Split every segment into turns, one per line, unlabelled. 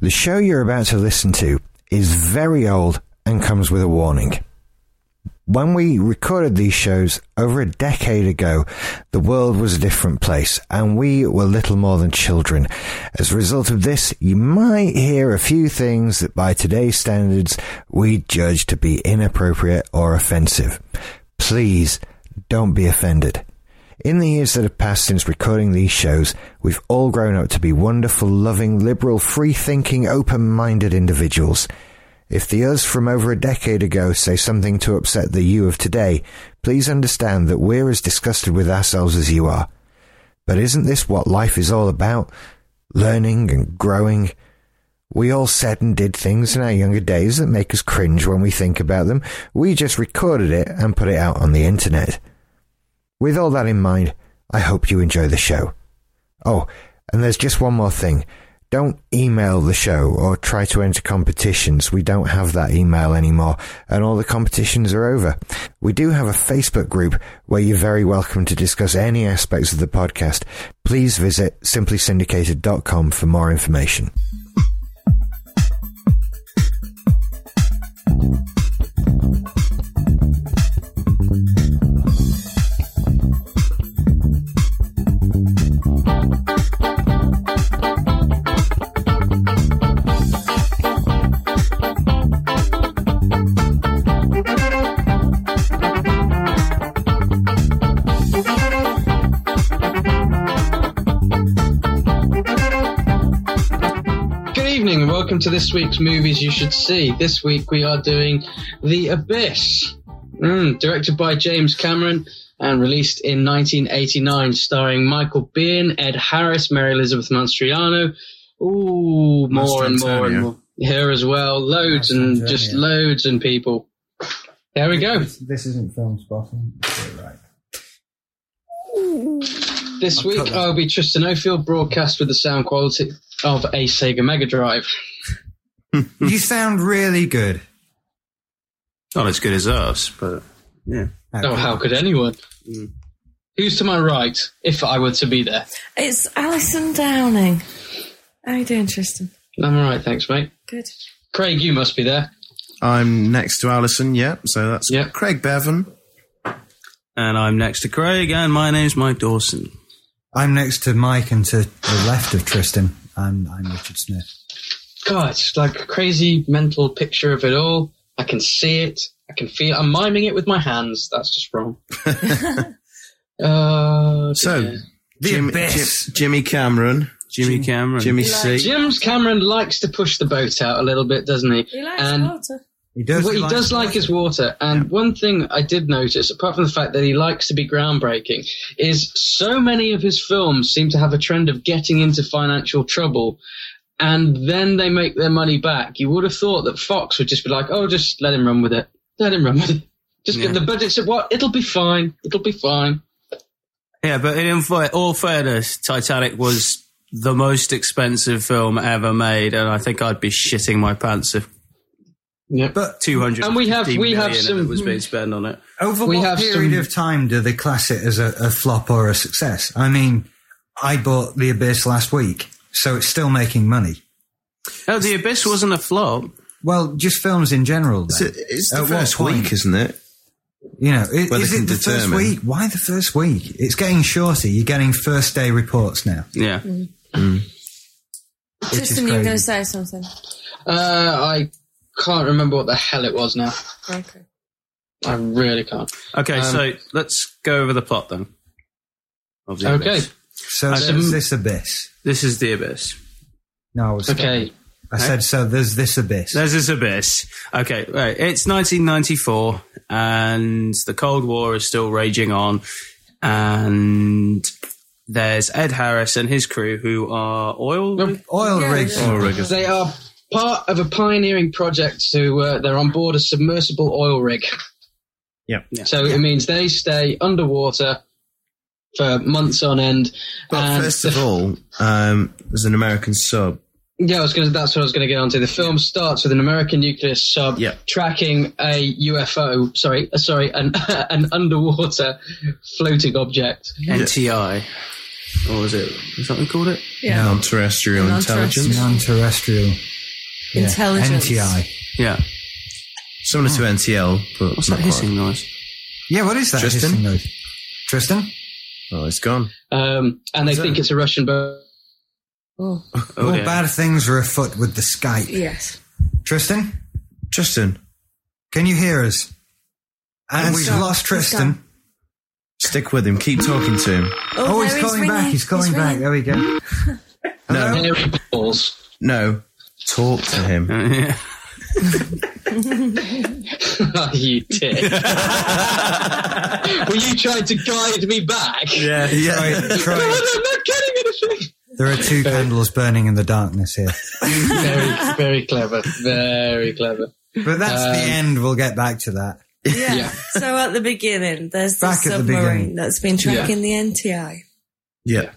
The show you're about to listen to is very old and comes with a warning. When we recorded these shows over a decade ago, the world was a different place and we were little more than children. As a result of this, you might hear a few things that by today's standards we judge to be inappropriate or offensive. Please don't be offended. In the years that have passed since recording these shows, we've all grown up to be wonderful, loving, liberal, free thinking, open minded individuals. If the us from over a decade ago say something to upset the you of today, please understand that we're as disgusted with ourselves as you are. But isn't this what life is all about? Learning and growing. We all said and did things in our younger days that make us cringe when we think about them. We just recorded it and put it out on the internet. With all that in mind, I hope you enjoy the show. Oh, and there's just one more thing. Don't email the show or try to enter competitions. We don't have that email anymore, and all the competitions are over. We do have a Facebook group where you're very welcome to discuss any aspects of the podcast. Please visit simplysyndicated.com for more information.
Good evening, and welcome to this week's Movies You Should See. This week we are doing The Abyss, Mm, directed by James Cameron and released in 1989, starring Michael Biehn, Ed Harris, Mary Elizabeth Mastriano. Ooh, more and more and
Antonio.
more. Here as well, loads and
Antonio.
just loads and people. There we go.
This, this isn't film spotting. It's all right.
This week I'll be Tristan O'Field, broadcast with the sound quality of a Sega Mega Drive.
You
sound really good.
Not as good as us, but yeah.
Oh, how could anyone? Who's to my right, if I were to be there?
It's Alison Downing. How you doing, Tristan?
I'm all right, thanks, mate.
Good.
Craig, you must be there.
I'm next to Alison, yeah, so that's
Yeah.
Craig Bevan. And I'm next to Craig, and my name's Mike Dawson.
I'm next to Mike and to the left of Tristan. I'm, I'm Richard Smith.
God, it's like a crazy mental picture of it all. I can see it. I can feel. I'm miming it with my hands. That's just wrong. uh,
So,
dear.
Jim, Jim- Jimmy Cameron. Jimmy Cameron. Jimmy C.
James Cameron likes to push the boat out a little bit, doesn't he?
He likes
and
water.
He does.
what he does like is water. And one thing I did notice, apart from the fact that he likes to be groundbreaking, is so many of his films seem to have a trend of getting into financial trouble. And then they make their money back. You would have thought that Fox would just be like, "Oh, just let him run with it. Let him run with it. Just give
Yeah.
the budget. What? It'll be fine. It'll be fine."
Yeah, but in fa- all fairness, Titanic was the most expensive film ever made, and I think I'd be shitting my pants if
Yep.
But
two hundred
And we have- we have some-
was being spent on it.
over
we
what
have
period
some-
of time do they class it as a, a flop or a success? I mean, I bought The Abyss last week, so it's still making money.
No, The Abyss wasn't a flop.
Well, just films in general.
It's,
then.
it's the
At what
first
point?
week, isn't it?
You know, i-
Well,
is
they
it
can
the first
determine.
week? Why the first week? It's getting shorter. You're getting first day reports now.
Yeah,
Mm.
is
Tristan, you were going to
crazy.
say something.
Uh, I can't remember what the hell it was now.
Okay.
I really can't.
okay.
Um,
so let's go over the plot then. Of The
Okay.
Abyss.
So
I
there's
didn't-
this abyss.
this is The Abyss.
No, I was
Okay.
I said so. There's this abyss.
There's this abyss. Okay, right. It's 1994, and the Cold War is still raging on. And there's Ed Harris and his crew, who are oil.
Oh,
Oil
Yeah,
rigs.
yeah.
They are part of a pioneering project to uh, they're on board a submersible oil rig.
Yep.
So it means they stay underwater for months on end.
But
and
first
the-
of all, um, there's an American sub.
yeah, I was gonna, that's what I was going to get onto. The film starts with an American nuclear sub
Yeah.
tracking a UFO. Sorry, uh, sorry, an an underwater floating object.
NTI. or is it is that what we called it?
Yeah.
Non-terrestrial
Non-terrestrial.
intelligence,
Non-terrestrial yeah,
Intelligence.
NTI.
Yeah.
similar to NTL, but
What's
not
that
quite.
hissing noise?
Yeah, what is that?
Tristan?
hissing noise? Tristan?
Oh, it's gone.
Um, and they think it's a Russian boat.
Oh,
Oh,
All
dear.
bad things are afoot with the Skype.
yes.
Tristan,
Tristan,
can you hear us? And we've
gone.
lost
He's
Tristan.
gone.
stick with him. Keep talking to him.
Oh, he's
there
calling back.
ringing.
He's calling back.
ringing.
There we go.
No,
Hairy balls.
no, talk to him.
Yeah.
you dick. well, you tried to guide me back. Yeah.
Try,
I'm
try.
not getting anything.
There are two candles burning in the darkness here.
Very, very clever. Very clever.
But that's the
Um,
end. We'll get back to that.
Yeah.
Yeah.
So at the beginning, there's the
Back at the
submarine
beginning.
that's been tracking the NTI.
Yeah,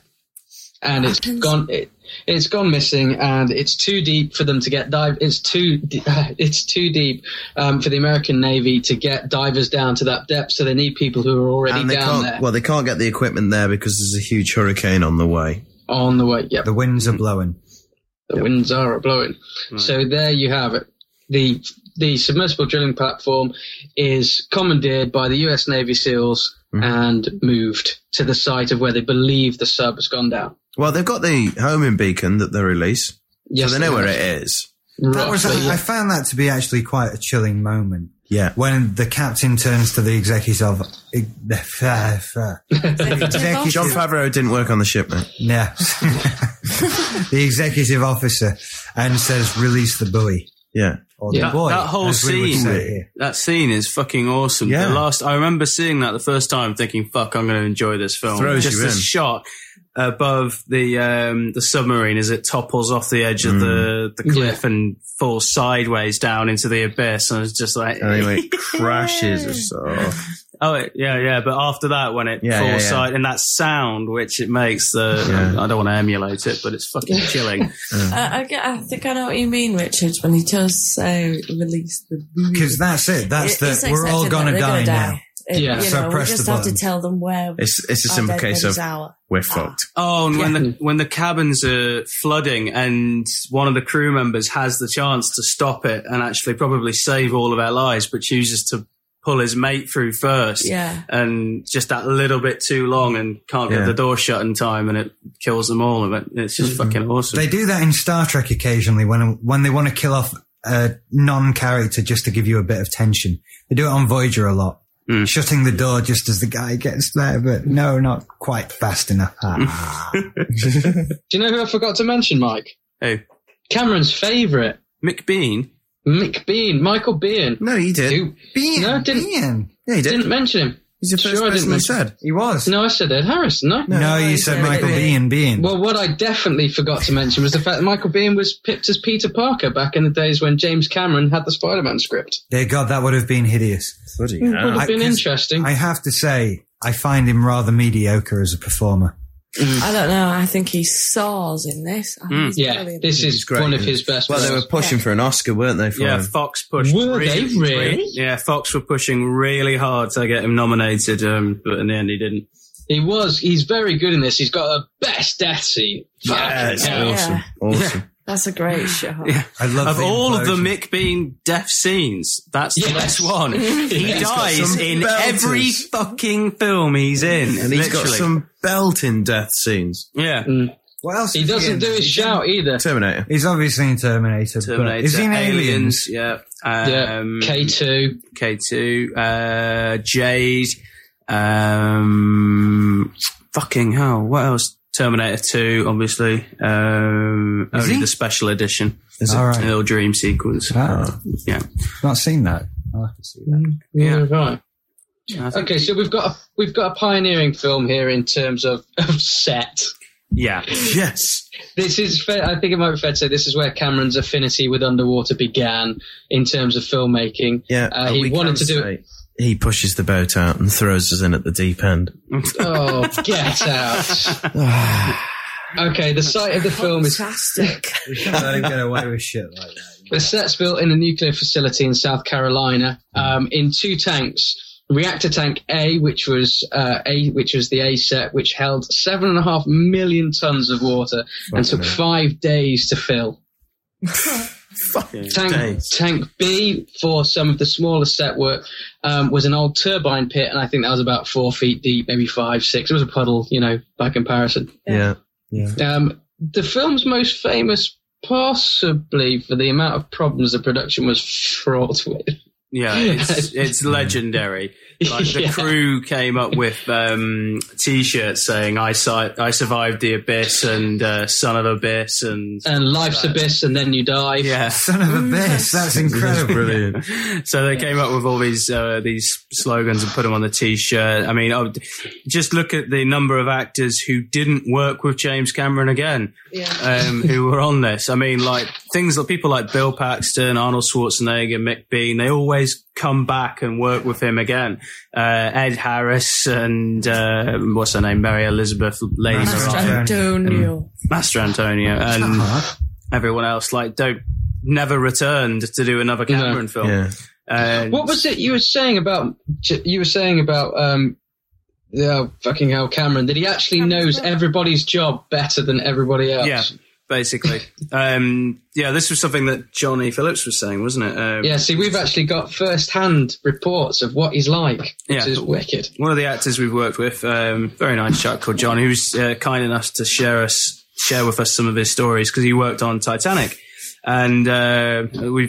and it's
Happens.
gone. It, it's gone missing, and it's too deep for them to get dive. It's too. de- It's too deep um, for the American Navy to get divers down to that depth. So they need people who are already
and they
down
can't.
there
Well, they can't get the equipment there because there's a huge hurricane on the way.
on the way. Yep,
The winds are blowing.
the winds are blowing.
Hmm.
So there you have it. the The submersible drilling platform is commandeered by the U.S. Navy SEALs
Hmm.
and moved to the site of where they believe the sub has gone down.
Well, they've got the homing beacon that they release,
Yes,
so they know
they
where
have.
it is.
That was.
Roughly,
I
yeah.
found that to be actually quite a chilling moment
Yeah.
when the captain turns to the executive. eh, ex- the executive.
John Favreau didn't work on the ship, mate.
Yeah. the executive officer and says, release the buoy.
Yeah.
Or the
Yeah.
boy.
That whole
as we would
scene.
say here.
That scene is fucking awesome.
Yeah.
The last I remember seeing that the first time, thinking, "Fuck, I'm going to enjoy this film."
Throws
Just
you
this
in.
shot above the um, the submarine as it topples off the edge of
Mm.
the, the cliff and falls sideways down into the abyss, and I was just like,
And anyway, it crashes or so.
"Oh, it- yeah, yeah." But after that, when it
Yeah,
falls
yeah, yeah.
side and that sound which it makes, the
Yeah.
I don't want to emulate it, but it's fucking chilling.
I, I, get- I think I know what you mean, Richard, when he does say release the buoy.
Because that's it. That's
It- it's
the, we're all
accepted
going to
that
die,
they're gonna
now.
It-
Yeah.
you
So
know, we
press
just
the
have to
button.
tell them where
It's it's a
our
simple
dead
case
bodies
of
are.
we're fucked.
Oh, and when the when the cabins are flooding, and one of the crew members has the chance to stop it and actually probably save all of our lives, but chooses to pull his mate through first,
Yeah.
and just that little bit too long, and can't get
Yeah.
the door shut in time, and it kills them all. And it- it's just fucking awesome.
They do that in Star Trek occasionally when, when they want to kill off a non-character just to give you a bit of tension. They do it on Voyager a lot. Shutting the door just as the guy gets there, but no, not quite fast enough. Ah.
Do you know who I forgot to mention, Mike?
hey,
Cameron's favourite.
Mick Bean.
Mick Bean, Michael Bean.
No, you did.
Who
Bean,
No, didn't-
Bean.
yeah, you did.
didn't mention him.
He's the first
Sure, I didn't
person who
mention-
said.
He was. No,
No, I said Ed Harris. No.
you said Michael Bean, Bean.
Well, what I definitely forgot to mention was the fact that Michael Bean was pipped as Peter Parker back in the days when James Cameron had the Spider-Man script.
Dear God, that would have been hideous.
Bloody
Would
hell.
have been
'cause
interesting.
I have to say, I find him rather mediocre as a performer.
I don't know. I think he soars in this. I think
Hmm.
he's
yeah,
brilliant.
this is
great,
one of
isn't he?
his best.
Well, they
roles.
were pushing for an Oscar, weren't they? For
Yeah,
him?
Fox pushed.
Were they really?
Yeah, Fox were pushing really hard to get him nominated, um, but in the end he didn't.
he was. He's very good in this. He's got a best death scene.
Yeah, it's
Fucking hell.
awesome.
Yeah.
Awesome.
That's a great shot.
I love
of
the
all of the
implosion.
Mick Bean death scenes, that's the
Yes.
best one. He dies
some
in
belters.
every fucking film he's in.
And he's
literally.
got some belting death scenes.
yeah.
Mm. What else?
He
is
doesn't
in?
do his shout either.
Terminator.
He's obviously in Terminator. But
Terminator,
is he in Aliens?
Aliens, yeah,
Yeah,
um,
K two.
K two, uh, Jade, um, fucking hell, what else? Terminator two, obviously, um,
Is
only
he?
the special edition,
it? All right.
a little dream sequence,
Ah,
Oh, yeah, Mm.
not seen that. I'll have to see that.
Yeah, right.
I think-
Okay, so we've got a, we've got a pioneering film here in terms of, of set.
yeah,
Yes.
This is, fair, I think it might be fair to say, this is where Cameron's affinity with underwater began in terms of filmmaking.
Yeah.
uh,
but
he
we
wanted to
can
do.
say He pushes the boat out and throws us in at the deep end.
Oh, get out! okay, the site of the film is
Fantastic.
We shouldn't let him get away with shit like that.
The set's built in a nuclear facility in South Carolina um, in two tanks reactor tank A, which was uh, A, which was the A set, which held seven and a half million tons of water and took five days to fill. Tank, tank B for some of the smaller set work um, was an old turbine pit, and I think that was about four feet deep, maybe five, six. It was a puddle, you know, by comparison.
Yeah.
Um, the film's most famous, possibly for the amount of problems the production was fraught with.
Yeah, it's, it's legendary. Like the
Yeah.
crew came up with um, t-shirts saying "I si- I survived the abyss" and uh, "Son of Abyss" and
And life's abyss, and then you die.
yeah.
Son of a
Mm,
bitch. That's
That's
incredible.
brilliant.
So they came up with all these uh, these slogans and put them on the t-shirt. I mean, I would- just look at the number of actors who didn't work with James Cameron again,
Yeah.
um, who were on this. I mean, like things like people like Bill Paxton, Arnold Schwarzenegger, Mick Bean. They always come back and work with him again. Uh, Ed Harris and uh, what's her name, Mary Elizabeth Lady
Master
Maranto-
Antonio.
Master Antonio, and everyone else. Like, don't never returned to do another
No.
Cameron film. Uh,
Yeah.
And-
What was it you were saying about? You were saying about um, yeah, fucking hell, Cameron. That he actually knows everybody's job better than everybody else.
Yeah, basically. um, yeah, this was something that Johnny Phillips was saying, wasn't it? Uh,
Yeah, see, we've actually got first-hand reports of what he's like, which
Yeah.
is wicked.
One of the actors we've worked with, um, very nice chap called John, who's uh, kind enough to share us share with us some of his stories because he worked on Titanic. And uh, we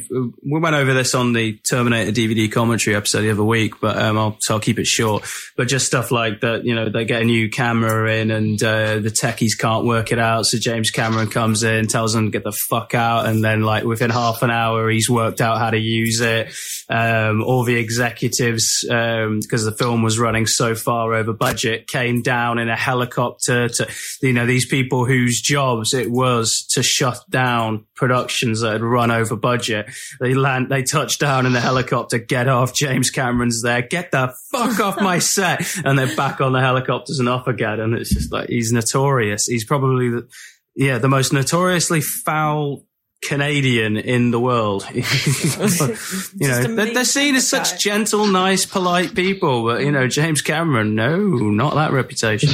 we went over this on the Terminator DVD commentary episode the other week, but um, I'll so I'll keep it short. But just stuff like that, you know, they get a new camera in, and uh, the techies can't work it out, so James Cameron comes in, tells them get the fuck out, and then like within half an hour, he's worked out how to use it. Um, all the executives, because the film was running so far over budget, came down in a helicopter to, you know, these people whose jobs it was to shut down productions that had run over budget. They land, they touch down in the helicopter, get off. James Cameron's there, get the fuck off my set, and they're back on the helicopters and off again. And it's just like he's notorious. He's probably the, yeah, the most notoriously foul Canadian in the world. you know,
amazing
they're, they're seen as
guy.
such gentle, nice, polite people, but you know, James Cameron, no, not that reputation.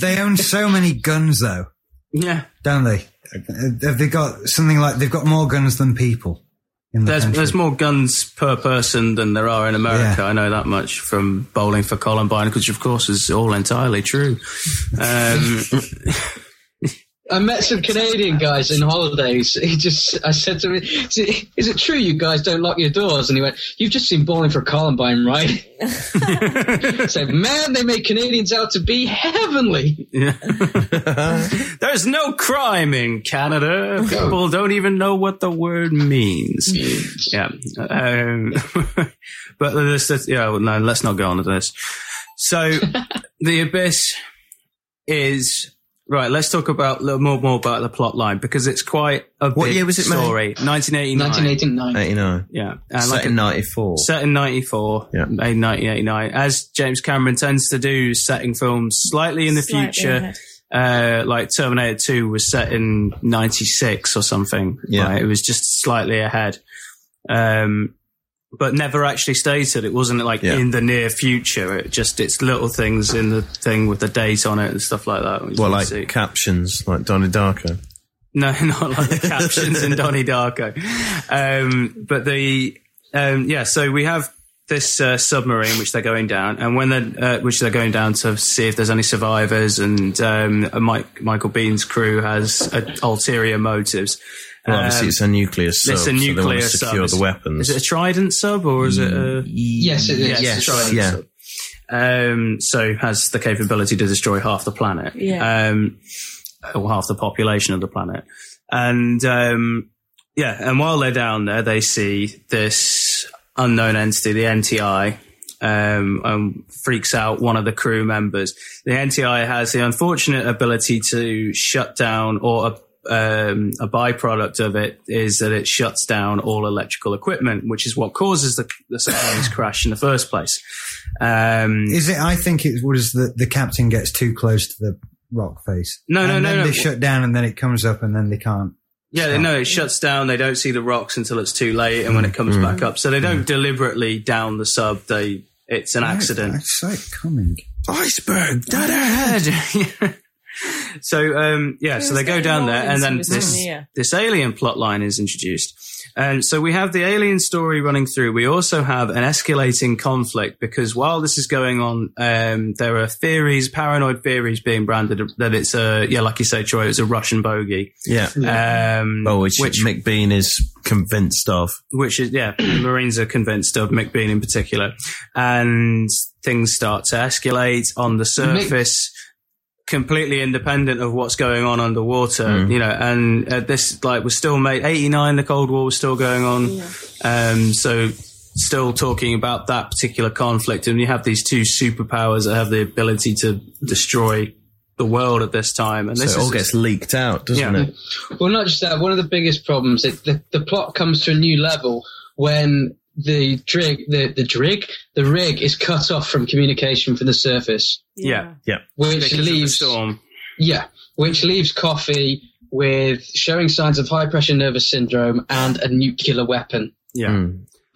They own so many guns, though,
yeah.
don't they? Have they got something like they've got more guns than people in the
There's,
country?
there's more guns per person than there are in America.
Yeah.
I know that much from Bowling for Columbine, which of course is all entirely true. Um,
I met some Canadian guys in holidays. He just, I said to him, "Is it- is it true you guys don't lock your doors?" And he went, "You've just seen Bowling for Columbine, right?" I said, "Man, they make Canadians out to be heavenly."
Yeah. There's no crime in Canada. People don't even know what the word means. Yeah. Um, but let's, let's- yeah, well, no, let's not go on to this. So the abyss is right. Let's talk about a little more, more about the plot line because it's quite a
What
big
year was it made?
story. 1989.
1989.
89.
Yeah. And
Set
Uh, like
in 94.
Set in 94,
Yeah.
made in 1989. As James Cameron tends to do, setting films slightly in the
Slightly
future.
ahead.
Uh, like Terminator 2 was set in 96 or something.
Yeah.
Right? It was just slightly ahead. Um, but never actually stated. It wasn't like
Yeah.
in the near future. It just, it's little things in the thing with the date on it and stuff like that. which
What,
you
like
see.
captions, like Donnie Darko?
No, not like the captions in Donnie Darko. Um, but the um, yeah, so we have this uh, submarine which they're going down, and when they're uh, which they're going down to see if there's any survivors, and um, Mike Michael Bean's crew has uh, ulterior motives.
Well, obviously,
Um,
it's a nuclear sub.
it's a
so they
nuclear
want to
sub.
secure
It's-
the weapons. Hmm.
is it a Trident sub or is it a
Yes, it is.
Yes, Trident
yeah.
sub? Um, so has the capability to destroy half the planet.
Yeah.
Um, or half the population of the planet. And um, yeah, and while they're down there, they see this unknown entity, the NTI, um, and freaks out one of the crew members. The NTI has the unfortunate ability to shut down, or a, um, a byproduct of it is that it shuts down all electrical equipment, which is what causes the, the submarine's crash in the first place. Um,
Is it? I think it was that the captain gets too close to the rock face.
No, no,
and
no,
then
no.
They shut down, and then it comes up, and then they can't.
Yeah, they no, it shuts down. They don't see the rocks until it's too late, and when it comes back up, so they don't deliberately down the sub. They It's an accident.
It's like coming.
iceberg dead ahead. so um, yeah,
Who
so they
was
go
that
down there,
Lawrence who
and then
was
this
in here?
this alien plot line is introduced. And so we have the alien story running through. We also have an escalating conflict because while this is going on, um, there are theories, paranoid theories being branded that it's a, yeah, like you say, Troy, it's a Russian bogey.
Yeah.
Um,
Oh, which,
which
Mick Bean is convinced of.
which is yeah, the Marines are convinced of McBean in particular, and things start to escalate on the surface, completely independent of what's going on underwater.
Mm.
You know, and uh, this like was still made eighty nine. The Cold War was still going on, um, so still talking about that particular conflict, and you have these two superpowers that have the ability to destroy the world at this time, and this
so it all
is
gets leaked out, doesn't
Yeah.
it?
Well, not just that. One of the biggest problems is the, the plot comes to a new level when the drig, the the drig, the rig is cut off from communication from the surface,
yeah,
which
because of the
leaves
storm.
yeah, which leaves Coffee with showing signs of high pressure nervous syndrome and a nuclear weapon.
Yeah.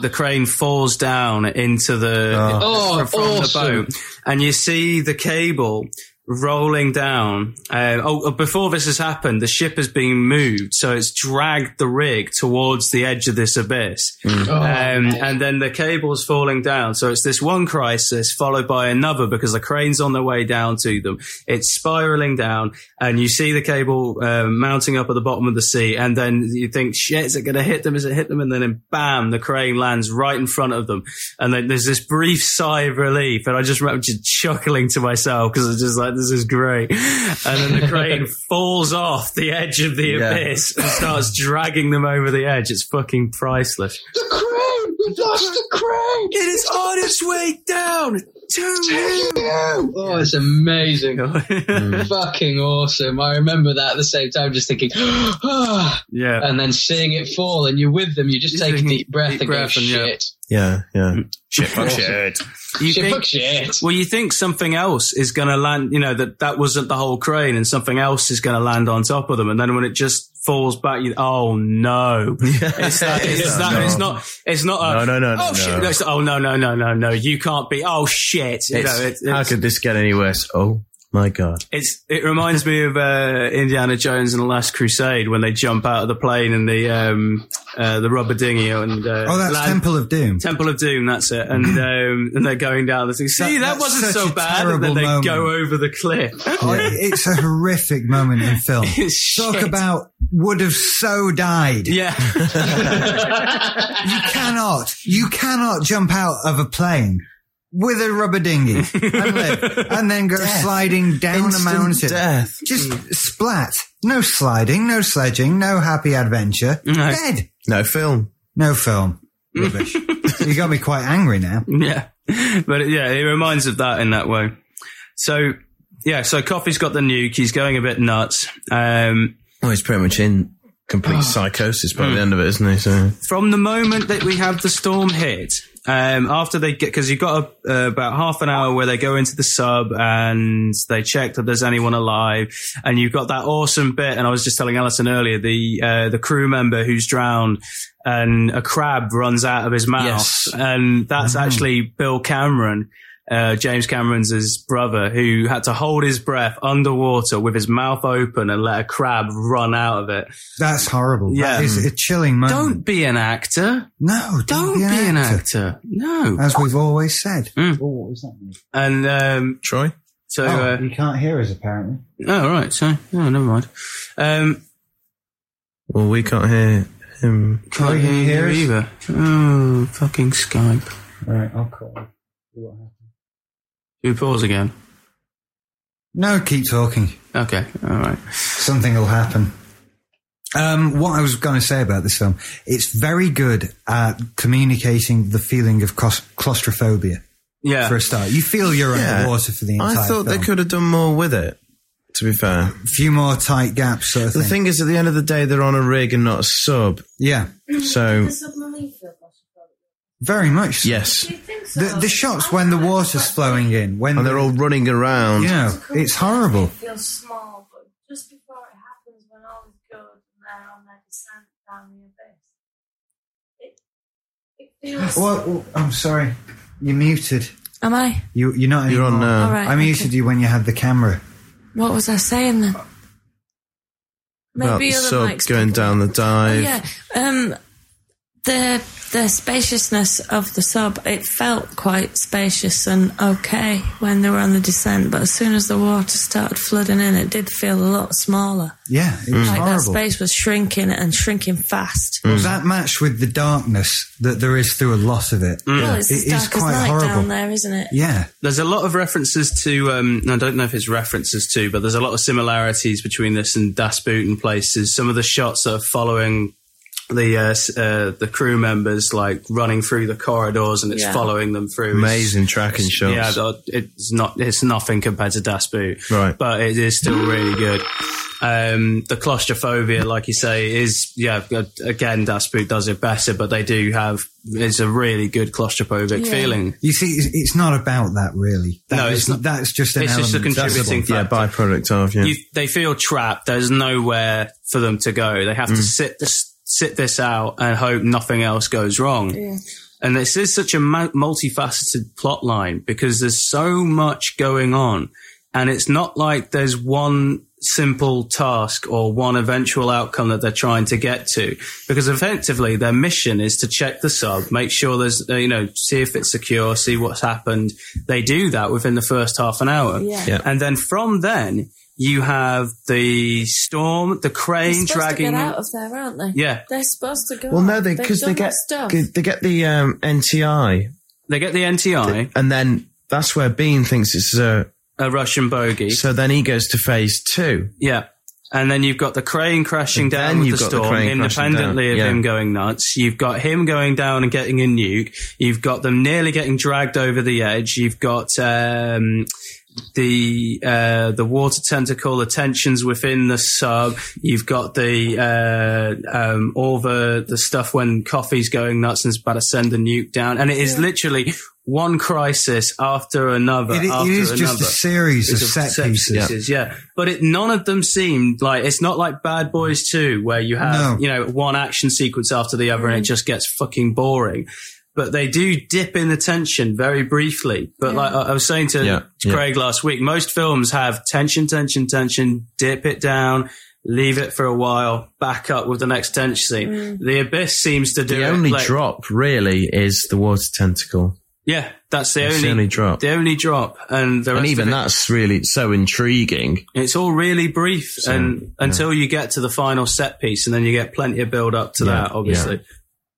The crane falls down into the
Oh.
from
Oh,
the
awesome.
boat, and you see the cable rolling down. Uh, oh, before this has happened, the ship has been moved, so it's dragged the rig towards the edge of this abyss.
Oh,
Um, and then the cable's falling down. So it's this one crisis followed by another because the crane's on the way down to them. It's spiraling down and you see the cable um, mounting up at the bottom of the sea. And then you think, shit, is it going to hit them? Is it hit them? And then bam, the crane lands right in front of them. And then there's this brief sigh of relief. And I just remember just chuckling to myself because it's just like, this is great. And then the crane falls off the edge of the
Yeah.
abyss and starts dragging them over the edge. It's fucking priceless.
the crane! We lost the crane!
It is on its way down to
Oh, it's amazing.
you.
Fucking awesome. I remember that at the same time, just thinking, ah,
Uh,
yeah.
and then seeing it fall, and you're with them, you just
Just
take a
taking
deep breath
deep
and
breath
go,
and, yeah.
shit.
Yeah, yeah. Shit, fuck
Awesome.
shit.
You
Shit,
think,
fuck shit.
well, you think something else is going to land, you know, that that wasn't the whole crane and something else is going to land on top of them. And then when it just falls back, you, oh no. It's that, it's, that,
No.
it's not, it's not a,
No, no, no, no,
oh shit.
no.
it's- oh no, no, no, no, no. You can't be, oh shit. You
It's-
know, it-
how
it's-
could this get any worse? Oh my god.
It's it reminds me of uh, Indiana Jones and the Last Crusade when they jump out of the plane and the um, uh, the rubber dinghy and uh,
Oh, that's
land-
Temple of Doom.
Temple of Doom. That's it. And um, and they're going down the thing. See, that,
that's
wasn't
such
so
a
bad. And
terrible
then they
moment.
go over the cliff.
Oh, it's a horrific moment in film.
It's
Talk
shit.
about would have so died.
yeah,
You cannot, you cannot jump out of a plane with a rubber dinghy and, live, and then go sliding down a mountain.
death.
Just
Mm.
splat. No sliding, no sledging, no happy adventure. Dead.
No film.
No film. Rubbish. you got me quite angry now.
yeah. But yeah, it reminds of that in that way. So yeah, so Coffee's got the nuke. He's going a bit nuts. Um,
Well, he's pretty much in
Ah.
complete psychosis
Hmm.
by the end of it, isn't he? So
from the moment that we have the storm hit, um, after they get, because you've got a, uh, about half an hour where they go into the sub and they check that there's anyone alive, and you've got that awesome bit. And I was just telling Alison earlier the uh, the crew member who's drowned, and a crab runs out of his mouth,
Yes.
and that's actually Bill Cameron. Uh, James Cameron's his brother who had to hold his breath underwater with his mouth open and let a crab run out of it.
That's horrible.
Yeah.
That is a chilling moment.
Don't be an actor.
no, don't,
Don't be an actor. No.
As we've always said.
Mm.
Oh, what was that? mean?
And um,
Troy.
so,
Oh,
uh,
you can't hear us apparently.
oh right, so oh, never mind. Um,
Well, we can't hear him.
can't
Troy, can you hear
hear
us?
you either. Oh, fucking Skype.
All right, I'll call. See what happens.
Do we pause again?
No, keep talking.
Okay, all right.
Something will happen. Um, what I was going to say about this film, it's very good at communicating the feeling of claus- claustrophobia
Yeah,
for a start. You feel you're
Yeah.
underwater for the entire
I thought
film.
they could have done more with it. To be fair,
A few more tight gaps, sort of
the
thing.
thing is, at the end of the day, they're on a rig and not a sub.
Yeah,
So
very much. so.
yes,
The, the shots when the water's flowing in, when
and they're all running around.
you know, it's horrible.
feel small, but just before it happens, when all is good and they're on their descent down the abyss, it, it feels.
Well, I'm sorry, you're muted.
Am I?
You, you're not
You're on
anymore.
uh, now.
uh,
All right.
I'm used
okay.
to you when you had the camera.
What was I saying then?
About the
Maybe other
sub
mics
going
people- Oh,
down the dive.
Yeah. Um, the the spaciousness of the sub, it felt quite spacious and okay when they were on the descent, but as soon as the water started flooding in, it did feel a lot smaller.
Yeah, it
Mm.
was
Like that
horrible.
space was shrinking and shrinking fast.
Well, that matched with the darkness that there is through a lot of it.
Mm.
Well, it's
It
as
is
dark as
quite
night
horrible.
down there, isn't it?
Yeah.
There's a lot of references to. Um, I don't know if it's references to, but there's a lot of similarities between this and Das Boot and places. Some of the shots that are following the uh, s- uh, the crew members, like running through the corridors, and it's
Yeah.
following them through. It's-
Amazing tracking shots.
Yeah, but it's not. It's nothing compared to Das Boot,
Right.
But it is still really good. Um, the claustrophobia, like you say, is yeah. Again, Das Boot does it better, but they do have. It's a really good claustrophobic
Yeah.
feeling.
You see, it's, it's not about that really. That
No,
is-
it's not-
That's just an
it's just a
element. That's the
contributing
yeah,
factor.
byproduct of yeah.
you, they feel trapped. There's nowhere for them to go. They
Mm.
have to sit this sit this out and hope nothing else goes wrong. And this is such a mu- multifaceted plot line because there's so much going on, and it's not like there's one simple task or one eventual outcome that they're trying to get to because effectively their mission is to check the sub make sure there's uh, you know see if it's secure see what's happened they do that within the first half an hour
Yeah.
Yeah.
and then from then you have the storm, the
They're
crane
supposed
dragging.
to get
them-
out of there, aren't they?
Yeah.
They're supposed to go.
well, no,
out.
they
They've
because they
done
get
stuff.
they get the um, NTI,
they get the NTI,
and then that's where Bean thinks it's a.
a Russian bogey.
So then he goes to phase two.
yeah. And then you've got the crane crashing
And then
down with
you've
the
got the
storm,
crane crashing
independently
down,
of
yeah.
him going nuts. You've got him going down and getting a nuke. You've got them nearly getting dragged over the edge. You've got um, the uh, the water tentacle, the tensions within the sub. You've got the uh, um, all the the stuff when coffee's going nuts and it's about to send the nuke down, and it is literally one crisis after another.
It, it
after
is
another.
just a series of
It's a
set, pieces.
yeah. But it, none of them seemed like it's not like Bad Boys Two, where you
No.
have you know one action sequence after the other, and it just gets fucking boring. But they do dip in the tension very briefly. But like I I was saying to
Yeah, yeah.
Craig last week, most films have tension, tension, tension, dip it down. Leave it for a while, back up with the next tension scene. The Abyss seems to do
The
it,
only
like-
drop really is the water tentacle.
Yeah, that's the
That's
only,
the only drop.
The only drop, and the rest
and even
of it-
that's really so intriguing.
It's all really brief and until you get to the final set piece and then you get plenty of build up to
Yeah,
that, obviously.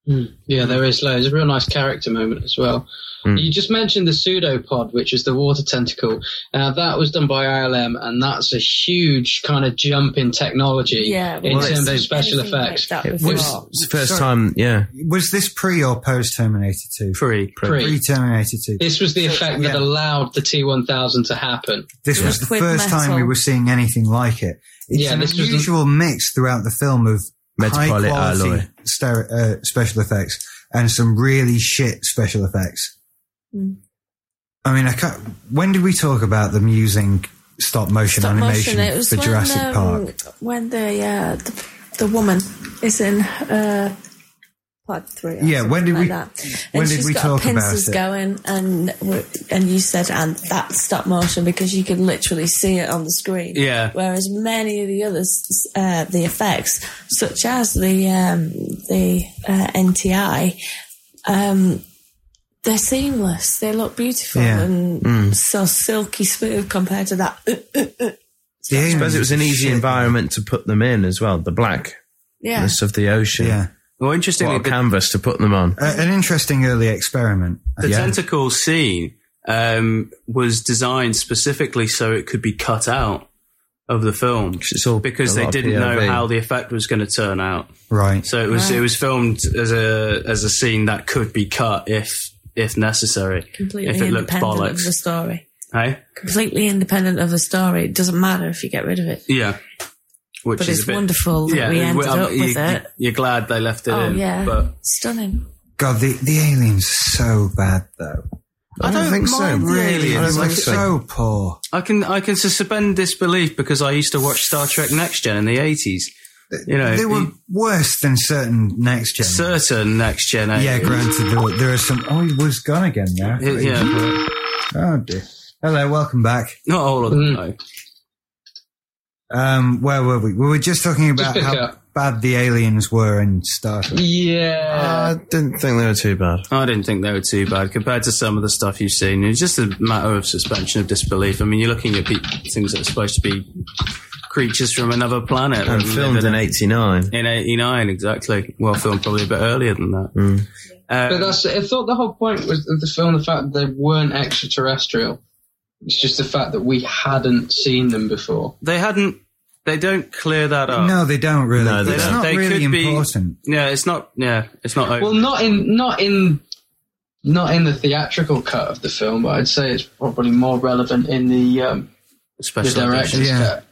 Mm, Yeah, there is loads. A real nice character moment as well. You just mentioned the pseudopod, which is the water tentacle. Now that was done by ILM, and that's a huge kind of jump in technology
Yeah,
in
well,
terms
it's-
of special
anything like
effects.
that
It
before.
was
It's the first
Sorry.
time, yeah.
Was this pre or post Terminator 2?
Pretty.
pre.
Pre Terminator 2.
This was the effect that
Yeah.
allowed the T1000 to happen.
This was the
Liquid
first time we
metal.
were seeing anything like it. It's
Yeah,
an
this was-
unusual mix throughout the film of high
Metapolit alloy.
quality ster- uh, special effects and some really shit special effects.
Mm.
I mean, I can't, when did we talk about them using stop motion
Stop
animation
motion. It was
for
when,
Jurassic
um,
Park?
When the, uh, the the woman is in uh, part three. or
Yeah, when did
something like
we-
That.
when
and
did
she's
we
got
talk about
pincers
it?
going, and w- and you said, and that's stop motion because you could literally see it on the screen.
Yeah.
Whereas many of the others, uh, the effects, such as the um, the uh, NTI. Um, they're seamless. They look beautiful
Yeah.
and so silky smooth compared to that
The
I suppose
aliens
it was an
are
easy
shit.
environment to put them in as well. The blackness
Yeah.
of the ocean.
Yeah.
Well,
What
interestingly,
a
the,
canvas to put them on.
A- an interesting early experiment.
the
Yeah.
tentacle scene um, was designed specifically so it could be cut out of the film
It's all
because
a
they
lot of
didn't know
POV.
how the effect was going to turn out.
Right.
So it was it was filmed as a as a scene that could be cut if if necessary,
completely
if it looked
independent of
bollocks.
the story.
hey,
Completely independent of the story. It doesn't matter if you get rid of it.
yeah, which
But
is
it's
a bit,
wonderful that we ended
well, um,
up
you,
with it.
are glad they left it
oh
in,
yeah,
but
stunning.
God, the, the aliens are so bad though.
I don't think so.
mind the
Really,
aliens.
I don't
they're
think so.
so poor.
I can I can suspend disbelief because I used to watch Star Trek Next Gen in the eighties. You know,
They were
you-
worse than certain next gen.
certain Next Gen.
yeah, granted, there, were, there are some. Oh, he was gone again there.
yeah.
Oh dear. Hello, welcome back.
Not all of them,
Mm.
though.
Um, where were we? We were just talking about
pick
how
up.
bad the aliens were in Star Trek.
Yeah.
Uh,
I didn't think they were too bad.
I didn't think they were too bad compared to some of the stuff you've seen. It's just a matter of suspension of disbelief. I mean, you're looking at pe- things that are supposed to be creatures from another planet
And
that
filmed
live
in 89.
in '89, exactly. Well, filmed probably a bit earlier than that.
Mm.
Uh,
But that's, I thought the whole point was of the film the fact that they weren't extraterrestrial. It's just the fact that we hadn't seen them before.
they hadn't. They don't clear that up.
No, they don't really.
No, they
it's
don't.
not
They
really
could be-
important.
Yeah, it's not. Yeah, it's not. Over.
Well, not in not in not in the theatrical cut of the film, but I'd say it's probably more relevant in the um, the
special edition.
director's
Yeah.
cut.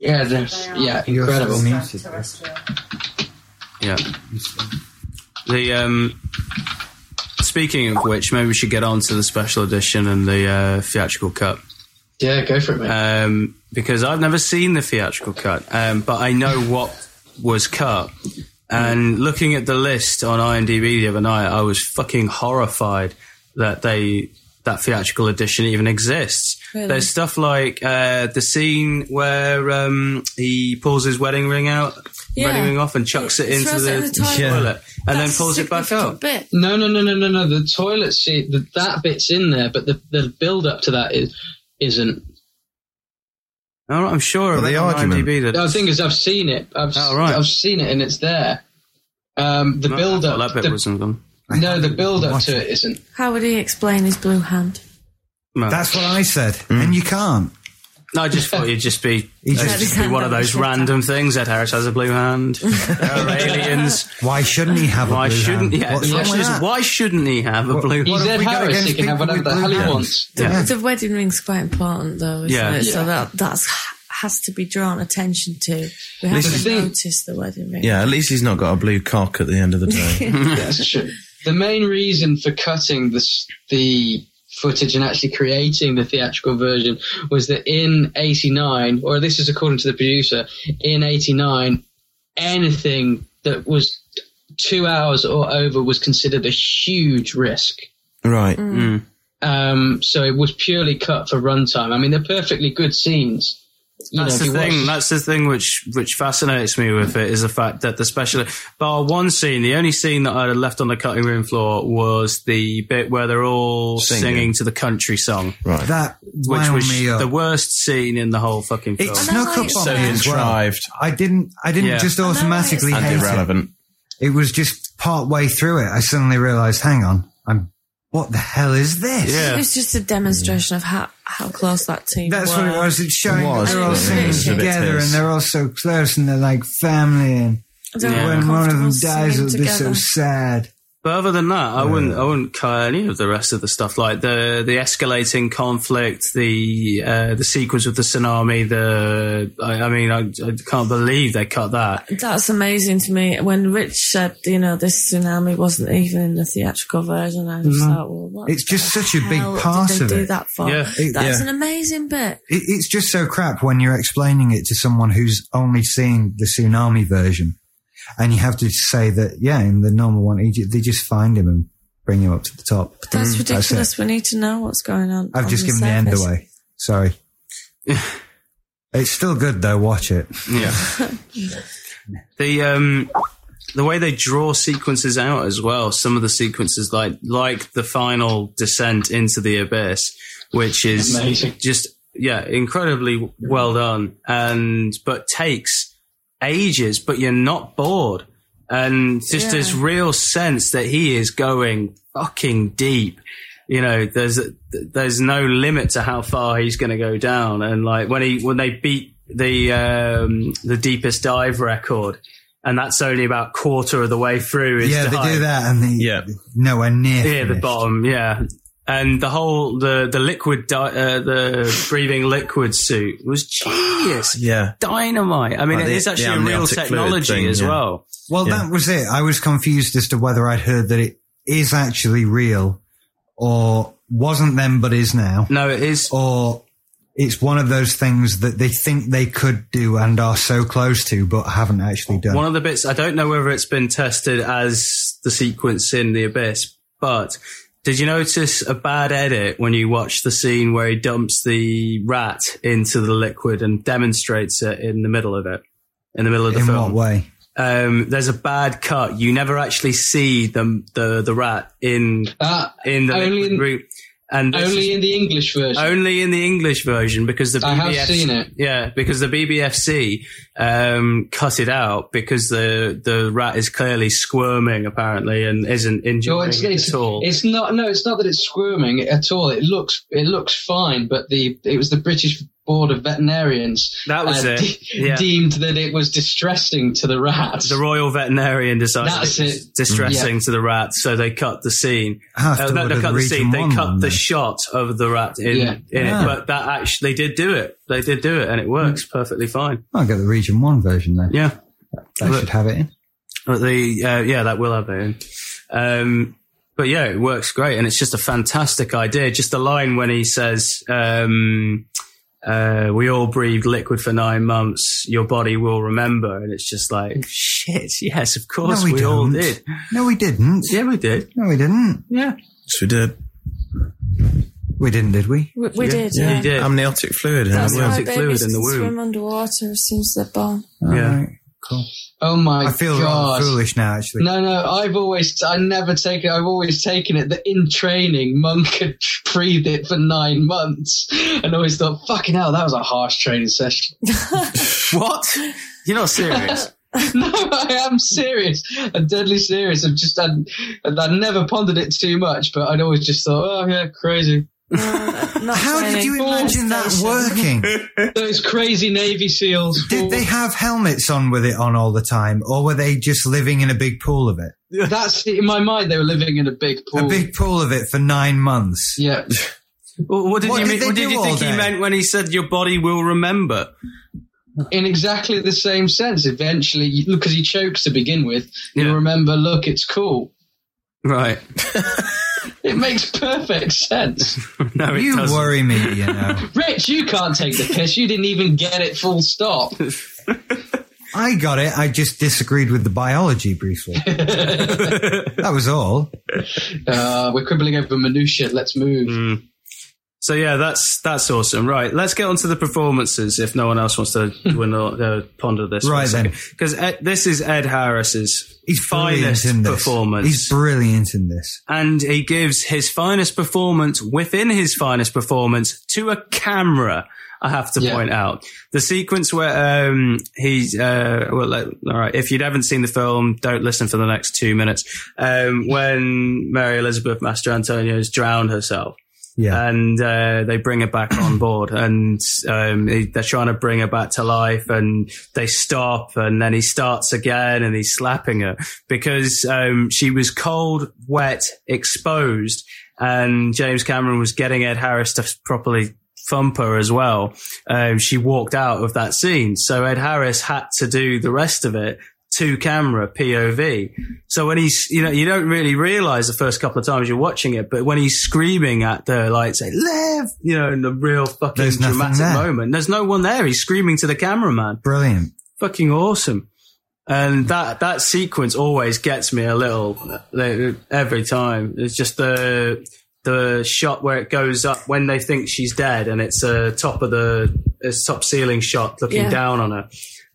They have amazing technology.
Yeah, there's- yeah,
You're
incredible.
so muted.
Extraterrestrial.
Yeah. The um, speaking of which, maybe we should get on to the special edition and the uh, theatrical cut.
Yeah, go for it, mate.
um, because I've never seen the theatrical cut, um, but I know what was cut. And looking at the list on IMDb the other night, I was fucking horrified that they that theatrical edition even exists.
Really?
There's stuff like uh, the scene where um, he pulls his wedding ring out,
Yeah.
wedding ring off, and chucks it
He
into
throws it
the,
in the toilet. Yeah. That's
and then pulls
a
it back
significant
up.
Bit.
No, no, no, no, no, no. The toilet seat, the, that bit's in there, but the, the build up to that is isn't.
All right, I'm
Well,
sure I
the
read on
argument-
IMDb that
No, the thing is, I've seen it. I've
Oh, right.
I've seen it, and it's there. Um, the
No, I
build
thought
up.
that bit wasn't done.
no, the build up
Watch
to it isn't.
How would he explain his blue hand?
No.
That's what I said,
Mm.
and you can't.
No, I just thought you'd just be, it'd
just-
just be one of those random things. Ed Harris has a blue hand. There are aliens.
Why shouldn't he have?
Why
a blue
shouldn't?
hand?
Yeah,
What's
the
wrong
question
with
is
that?
why shouldn't he have a blue?
What
He's
have
Ed
we got
Harris.
against
He can have
people
whatever
with
the hell
blue
he
hands?
wants.
Yeah.
The wedding ring's quite important, though. Isn't
Yeah.
It? So
Yeah.
that that's has to be drawn attention to. We have
This is
to
the-
notice the wedding ring.
Yeah, at least he's not got a blue cock at the end of the day.
That's true. The main reason for cutting this, the footage and actually creating the theatrical version was that in 89, or this is according to the producer, in 89, anything that was two hours or over was considered a huge risk.
right.
Mm.
Um, so it was purely cut for runtime. I mean, they're perfectly good scenes. You
That's
if
the
you watch-
thing. That's the thing which which fascinates me with it is the fact that the special, bar one scene, the only scene that I had left on the cutting room floor was the bit where they're all
Singing.
singing, to the country song,
Right.
That
which
wound
was
me up.
the worst scene in the whole fucking film.
it snuck up
like
on
so
me
that.
as well.
contrived
I didn't. I didn't
Yeah.
just
I know
automatically
it's-
and
hate it.
irrelevant.
It was just part way through it. I suddenly realised, hang on, I'm. What the hell is this?
Yeah.
It was just a demonstration of how, how close that team
That's
were.
what it was. It's showing
It was,
they're all
wasn't it? It
singing
was a
bit
together
tense.
and they're all so close and they're like family. And
They were
when one of them
uncomfortable
dies,
singing
it'll be so
together.
sad.
But other than that, I wouldn't. I wouldn't cut any of the rest of the stuff, like the the escalating conflict, the uh, the sequence with the tsunami. The I, I mean, I, I can't believe they cut that.
That's amazing to me. When Rich said, you know, this tsunami wasn't even in the theatrical version, I was like, well, what
Mm-hmm. It's just
the
such a big
hell
part
did they
of
do
it.
that for?
Yeah.
It- Mm,
That's
yeah.
an amazing bit.
It, it's just so crap when you're explaining it to someone who's only seen the tsunami version, and you have to say that yeah, in the normal one, he, ju- they just find him and bring him up to the top.
That's
Mm,
ridiculous.
it.
we need to know what's going on.
I've
on
just given the end
surface.
away. Sorry. it's still good though. Watch it.
Yeah. the um the way they draw sequences out as well. Some of the sequences, like like the final descent into the abyss, which is
Amazing.
just yeah, incredibly well done, and but takes ages, but you're not bored, and just
Yeah.
this real sense that he is going fucking deep. You know, there's there's no limit to how far he's going to go down, and like when he when they beat the um, the deepest dive record, and that's only about quarter of the way through. His
yeah,
dive
they do that, and they
Yeah.
nowhere near.
yeah, the
finished.
bottom, yeah. And the whole the the liquid di- uh, the breathing liquid suit was genius,
Yeah.
dynamite. I mean,
Like
it
the-
is actually
the
a real
amniotic fluid
technology
thing,
as
yeah.
well.
Well,
Yeah.
that was it. I was confused as to whether I'd heard that it is actually real, or wasn't then but is now.
No, it is.
Oh,
or it's one of those things that they think they could do and are so close to but haven't actually done.
One of the bits I don't know whether it's been tested as the sequence in the abyss, but Did you notice a bad edit when you watch the scene where he dumps the rat into the liquid and demonstrates it in the middle of it? In the middle of the
In what
film.
way?
Um, there's a bad cut. You never actually see the the, the rat in
Uh,
in the
Only
liquid
in-
route. And this
only
is
in the English version.
only in the English version because the BBFC,
I have seen it.
yeah, because the BBFC um, cut it out because the the rat is clearly squirming apparently and isn't
No,
injuring
it's, it's,
at all.
it's not. No, it's not that it's squirming at all. It looks it looks fine, but the it was the British Board of Veterinarians uh,
That was it.
de-
Yeah.
deemed that it was distressing to the rats.
the royal veterinarian decided
That's
it was
it.
distressing to the rat, so they cut the scene.
After
Uh, no,
the
they cut the
Region
scene. They
One
cut
one,
the
then.
shot of the rat in,
Yeah.
in
Yeah.
it, but that actually they did do it. They did do it, and it works perfectly fine.
I'll get the region one version then.
Yeah.
That should have it in.
But the uh, yeah, that will have it. In. Um, but yeah, it works great, and it's just a fantastic idea. Just the line when he says, um, uh, "We all breathed liquid for nine months. Your body will remember," and it's just like, "Shit, yes, of course
No, we
we, all
don't.
did.
No, we didn't.
Yeah, we did.
No, we didn't.
Yeah,
Yes, we did.
We didn't, did we?
We, we did,
we
yeah.
did.
Amniotic fluid. In
That's
the womb.
why
Amniotic fluid
babies
in the
can
womb.
swim underwater as soon as they're born.
Yeah.
Alright, cool.
oh my
I feel
god!
rather foolish now, actually.
No, no. I've always I never taken. I've always taken it that in training, monk had breathed it for nine months, and always thought, "Fucking hell, that was a harsh training session."
What? You're not serious?
no, I am serious. I'm deadly serious. I've just I'd, I'd never pondered it too much, but I'd always just thought, "Oh yeah, crazy."
Not
How did
training.
you imagine that
Station.
working?
Those crazy Navy SEALs.
Did they have helmets on with it on all the time, or were they just living in a big pool of it?
That's in my mind. They were living in a big pool.
A big pool of it for nine months.
yeah.
Well, what did
What
you
did
mean?
they
What
do
did you
all
think he
day?
meant when he said your body will remember?
in exactly the same sense. Eventually, because he chokes to begin with,
Yeah.
you remember, look, it's cool.
Right?
It makes perfect sense.
No, it
you
doesn't.
worry me, you know.
Rich, you can't take the piss. You didn't even get it full stop.
I got it. I just disagreed with the biology briefly. that was all.
Uh, we're quibbling over minutia. Let's move.
So yeah, that's that's awesome. Right, let's get on to the performances. If no one else wants to win or, uh, ponder this,
Right then.
because this is Ed Harris's
He's
finest
brilliant in this.
performance,
He's brilliant in this.
and he gives his finest performance within his finest performance to a camera. I have to
Yeah.
point out the sequence where um, he's uh, well, like, all right. If you haven't seen the film, don't listen for the next two minutes. Um, when Mary Elizabeth Master Antonio's drowned herself
Yeah.
and uh, they bring her back on board and um, they- they're trying to bring her back to life and they stop and then he starts again and he's slapping her because um, she was cold, wet, exposed and James Cameron was getting Ed Harris to properly thump her as well. Um, she walked out of that scene. So Ed Harris had to do the rest of it to camera POV. So when he's, you know, you don't really realize the first couple of times you're watching it, but when he's screaming at the like, say, live, you know, in the real fucking
There's nothing
dramatic
there.
moment, there's no one there. He's screaming to the cameraman
brilliant.
fucking awesome. And that that sequence always gets me a little like, every time. It's just the the shot where it goes up when they think she's dead, and it's a top of the it's top ceiling shot looking
Yeah.
down on her,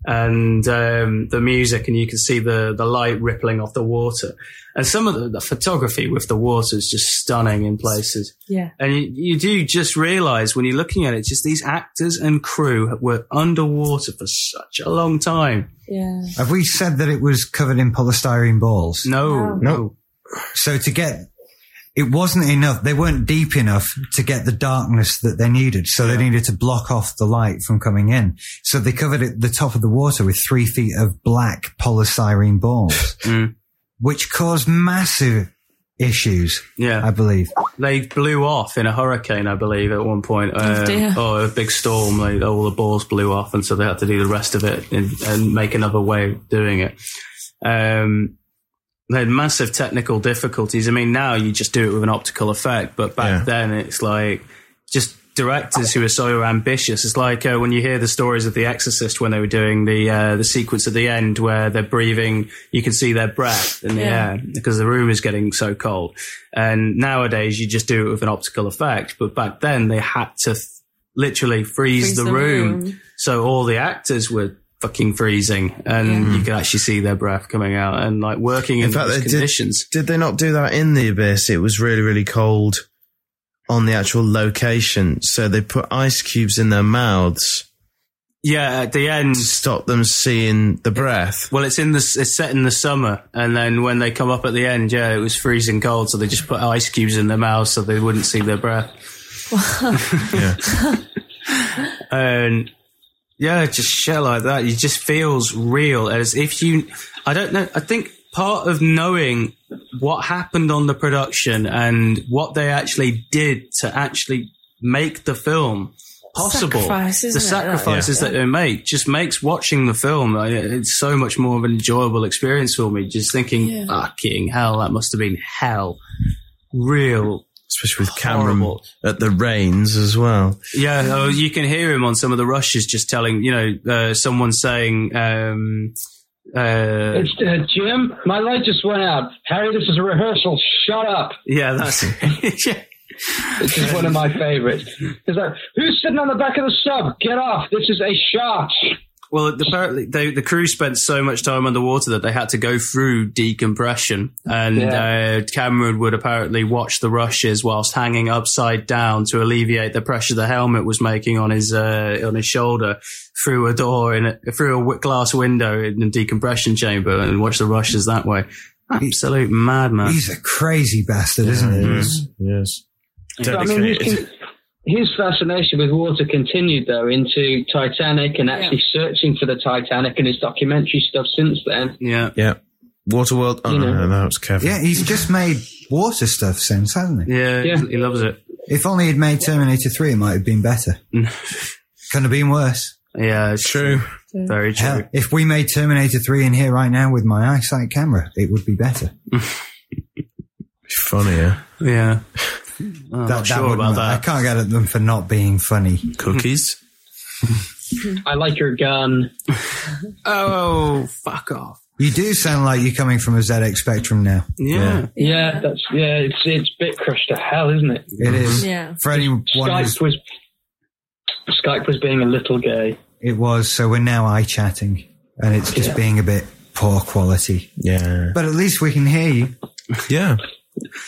and um, the music, and you can see the the light rippling off the water, and some of the, the photography with the water is just stunning in places.
Yeah.
And you, you do just realize when you're looking at it, just these actors and crew were underwater for such a long time.
Yeah.
Have we said that it was covered in polystyrene balls?
No, no.
So to get, it wasn't enough. They weren't deep enough to get the darkness that they needed. So they needed to block off the light from coming in. So they covered it, the top of the water with three feet of black polystyrene balls,
Mm.
which caused massive issues,
Yeah.
I believe.
they blew off in a hurricane, I believe, at one point. Um,
dear.
or a big storm. Like, all the balls blew off, and so they had to do the rest of it and, and make another way of doing it. Um, they had massive technical difficulties. I mean, now you just do it with an optical effect, but back
Yeah.
then it's like just directors who are so ambitious. It's like uh, when you hear the stories of The Exorcist when they were doing the uh, the sequence at the end where they're breathing, you can see their breath in the
Yeah.
air because the room is getting so cold. And nowadays, you just do it with an optical effect, but back then they had to th- literally freeze,
Freeze
the,
the
room.
room.
so all the actors were. Fucking freezing, and you could actually see their breath coming out, and like working in,
In fact,
those
they did-
conditions.
Did they not do that in the abyss? It was really, really cold on the actual location, so they put ice cubes in their mouths
Yeah, at the end.
to stop them seeing the breath.
Well, it's in the it's set in the summer, and then when they come up at the end, yeah, it was freezing cold, so they just put ice cubes in their mouths so they wouldn't see their breath.
Yeah.
And yeah, just shit like that. It just feels real, as if you. I don't know. I think part of knowing what happened on the production and what they actually did to actually make the film possible
Sacrifice,
the
isn't it?
sacrifices that they make just makes watching the film uh, it's so much more of an enjoyable experience for me just thinking
Yeah.
fucking hell that must have been hell real
Especially with Cameron
Horrible.
at the reins as well.
yeah, oh, you can hear him on some of the rushes, just telling you know uh, someone saying, um, uh,
It's, uh, Jim, my light just went out. Harry, this is a rehearsal. Shut up.
"Yeah, that's yeah,
This is one of my favorites. It's like, who's sitting on the back of the sub? Get off. This is a shot.
Well, apparently they, the crew spent so much time underwater that they had to go through decompression, and
Yeah.
uh, Cameron would apparently watch the rushes whilst hanging upside down to alleviate the pressure the helmet was making on his uh, on his shoulder through a door in a, through a wi- glass window in the decompression chamber and watch the rushes that way. Absolute madman.
He's a crazy bastard, isn't he?
Hmm.
Mm-hmm.
Yes.
But, I mean, his, con- his fascination with water continued, though, into Titanic and actually searching for the Titanic and his documentary stuff since then.
Yeah.
Yeah. Waterworld. Oh,
You
no,
know.
no, that was Kevin.
Yeah, he's just made water stuff since, hasn't he?
yeah,
Yeah.
he loves it.
If only he'd made Terminator 3, it might have been better.
Mm.
Couldn't have been worse.
Yeah, it's
True.
very true.
Hell, if we made Terminator 3 in here right now with my eyesight camera, it would be better.
Funnier.
Yeah, I'm not sure
wouldn't
about
work. I
that.
can't get at them for not being funny.
Cookies.
I like your gun.
Oh, fuck off.
You do sound like you're coming from a ZX Spectrum now.
yeah.
Yeah, that's yeah. It's it's bit crushed to hell, isn't it?
It is.
Yeah.
For anyone who's,
Skype was Skype was being a little gay.
it was, so we're now eye chatting and it's just being a bit poor quality.
Yeah.
But at least we can hear you.
Uh,
Yeah.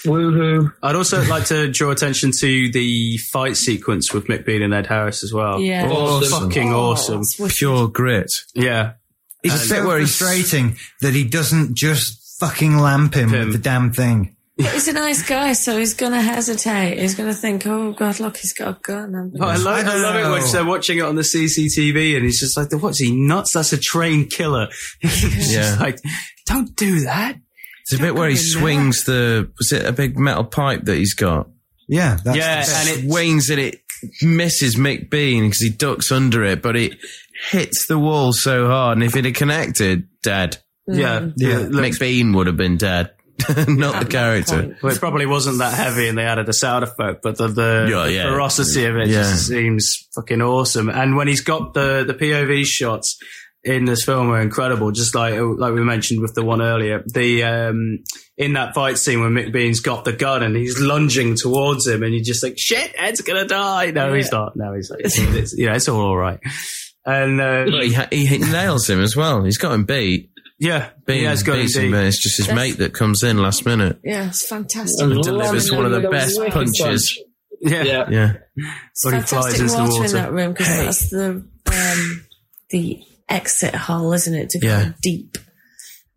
Woohoo!
I'd also like to draw attention to the fight sequence with Mick Bean and Ed Harris as well.
Yeah.
Awesome.
Fucking awesome.
Oh, That's wicked.
Pure grit.
Yeah.
It's
bit
so
where he's-
frustrating that he doesn't just fucking lamp him
Him.
with the damn thing.
He's a nice guy, so he's going to hesitate. He's going to think, oh, God, look, he's got a gun. I'm
Oh, I, love, I,
I don't
love it when
know.
they're watching it on the CCTV and he's just like, what's he nuts? That's a trained killer. He's
Yeah.
just like, don't do that.
It's a bit where he swings the. Was it a big metal pipe that he's got?
Yeah, that's
Yeah,
the-
and it-
swings and it misses Mick Bean because he ducks under it, but it hits the wall so hard. And if it had connected, dead.
Yeah.
Yeah.
Look,
Mick Bean would have been dead, not the character.
well, it probably wasn't that heavy and they added a sound effect, but the, the
Yeah, yeah.
ferocity of it
Yeah.
just seems fucking awesome. And when he's got the, the POV shots in this film are incredible, just like, like we mentioned with the one earlier, the, um, in that fight scene when Mick Bean's got the gun and he's lunging towards him and you just think, shit, Ed's gonna die. No, he's not. No, he's not. It's, it's, you know, it's all alright. And, uh,
But he, ha- he hit- nails him as well. He's got him beat.
yeah,
Bean
he has got
beats him,
indeed.
but it's just his mate that comes in last minute.
Yeah, it's fantastic.
And
delivers one of the
London
best
with a wicked
punches.
punch.
Yeah.
Yeah.
Yeah.
It's
Or he flies
fantastic
into the
water, in
water.
that room because that's the um, the exit hole, isn't it? To go
Yeah.
deep.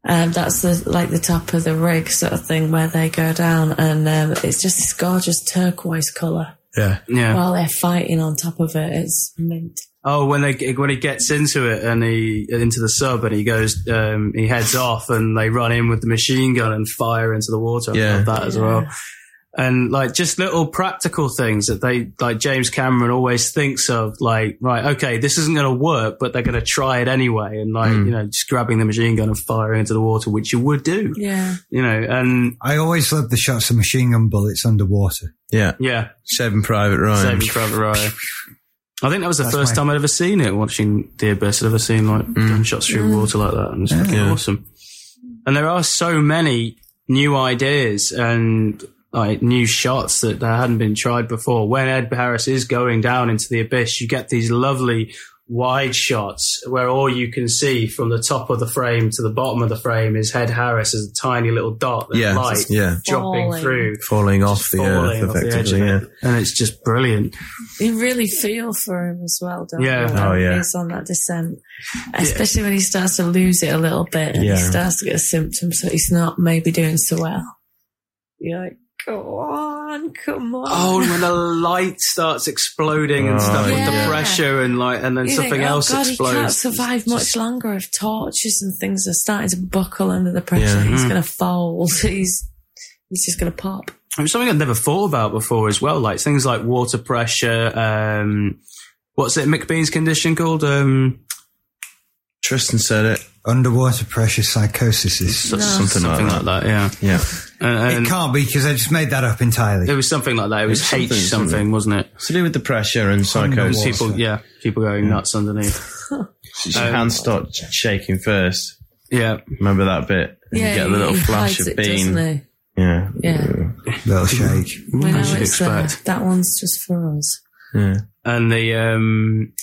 Um, that's the like the top of the rig sort of thing where they go down, and um, it's just this gorgeous turquoise color
Yeah.
Yeah.
while they're fighting on top of it. It's mint.
Oh, when they when he gets into it and he into the sub and he goes, um, he heads off and they run in with the machine gun and fire into the water. I
Yeah.
love that as well. and like just little practical things that they like James Cameron always thinks of like right okay this isn't going to work but they're going to try it anyway and like you know just grabbing the machine gun and firing into the water which you would do
Yeah.
you know and
I always love the shots of machine gun bullets underwater.
Yeah.
yeah
Saving Private Ryan.
Saving Private Ryan I think that was the
That's
first
my-
time I'd ever seen it watching the abyss I'd ever seen like gunshots through
Mm.
water like that and it's
Mm.
fucking
Yeah.
awesome and there are so many new ideas and like new shots that there hadn't been tried before. When Ed Harris is going down into the abyss, you get these lovely wide shots where all you can see from the top of the frame to the bottom of the frame is Head Harris as a tiny little dot of
Yeah,
light
yeah.
dropping
Falling.
through.
Falling off the
falling
earth,
off the edge of
effectively. yeah.
it. And it's just brilliant.
You really feel for him as well, don't
Yeah.
you?
Oh,
when
yeah.
He's on that descent. Especially when he starts to lose it a little bit and
Yeah.
he starts to get symptoms that he's not maybe doing so well. You're like, go on, come on.
Oh, and when the light starts exploding and stuff with
Yeah.
the pressure and like, and then
You think,
something
oh,
else
God,
explodes.
He can't survive much longer if torches and things are starting to buckle under the pressure.
Yeah. Hmm.
He's going to fold. He's he's just going to pop.
I mean, something I'd never thought about before as well, like things like water pressure. Um, what's it, McBean's condition called? Um,
Tristan said it.
Underwater pressure psychosis. is-
so- something,
Something
like
like
that. Yeah,
Yeah.
and,
It
and
can't be because I just made that up
it
entirely.
was something like that. It was,
was
H
something,
something, wasn't it?
It's to do with the pressure and psychosis.
Underwater.
People, yeah, people going nuts underneath.
Your
Um,
hands start shaking first.
Yeah,
Remember that bit? And you get the little
he
flash of
hides it,
bean.
doesn't
Yeah.
he? Yeah.
Little shake.
We know
should
it's there.
expect.
That one's just for us.
Yeah.
and the um,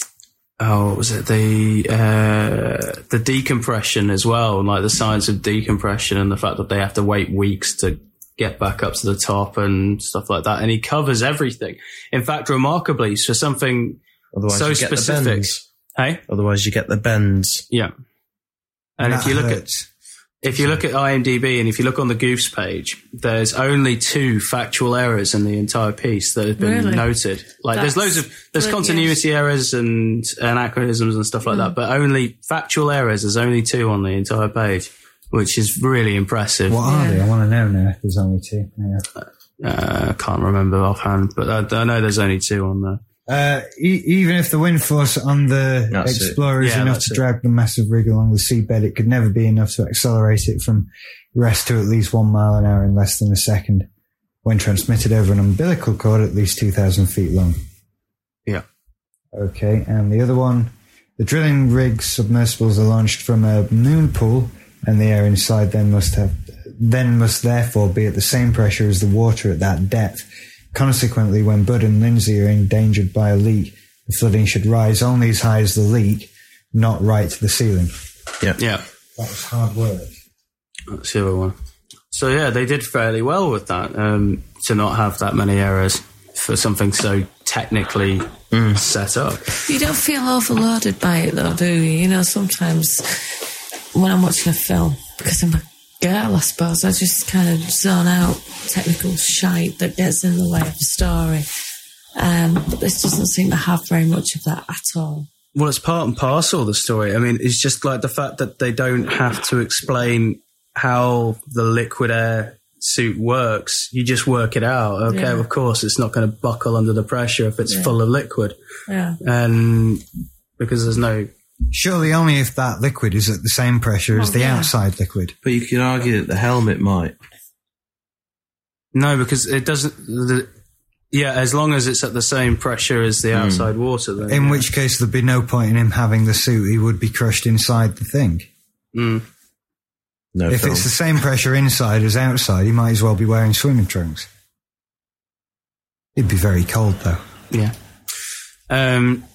oh, what was it the uh, the decompression as well, and like the science of decompression and the fact that they have to wait weeks to get back up to the top and stuff like that. And he covers everything. In fact, remarkably, for something
Otherwise
so
you get
specific.
the bends.
Hey,
Otherwise you get the bends.
yeah. And if
That
you look at
hurts.
if you look at IMDb and if you look on the Goofs page, there's only two factual errors in the entire piece that have been
Really?
noted. Like there's
That's
loads of there's
brilliant.
continuity errors and anachronisms and stuff like
Hmm.
that, but only factual errors. There's only two on the entire page, which is really impressive.
What are they? I want to know now. if There's only two. Yeah.
Uh, I can't remember offhand, but I, I know there's only two on there.
Uh, e- even if the wind force on the
That's it.
Explorer is
Yeah,
enough
that's
to
it.
drag the massive rig along the seabed, it could never be enough to accelerate it from rest to at least one mile an hour in less than a second when transmitted over an umbilical cord at least 2,000 feet long.
Yeah.
Okay, and the other one the drilling rigs submersibles are launched from a moon pool, and the air inside then must have then must therefore be at the same pressure as the water at that depth. Consequently, when Bud and Lindsay are endangered by a leak, the flooding should rise only as high as the leak, not right to the ceiling.
Yeah.
That was hard work.
That's the other one. So yeah, they did fairly well with that um, to not have that many errors for something so technically set up.
You don't feel overloaded by it though, do you? You know, sometimes when I'm watching a film, because I'm a girl, I suppose, I just kind of zone out technical shite that gets in the way of the story. Um, but this doesn't seem to have very much of that at all.
Well, it's part and parcel of the story. I mean, it's just like the fact that they don't have to explain how the liquid air suit works. You just work it out. Okay,
Yeah.
of course, it's not going to buckle under the pressure if it's full of liquid,
Yeah.
and because there's no
Surely only if that liquid is at the same pressure as the outside liquid.
But you could argue that the helmet might.
no because it doesn't. The, yeah, as long as it's at the same pressure as the outside water, then
Hmm. In which case, there'd be no point in him having the suit. He would be crushed inside the thing.
Mm.
No
if
film.
it's the same pressure inside as outside, he might as well be wearing swimming trunks. It'd be very cold though.
yeah. Um,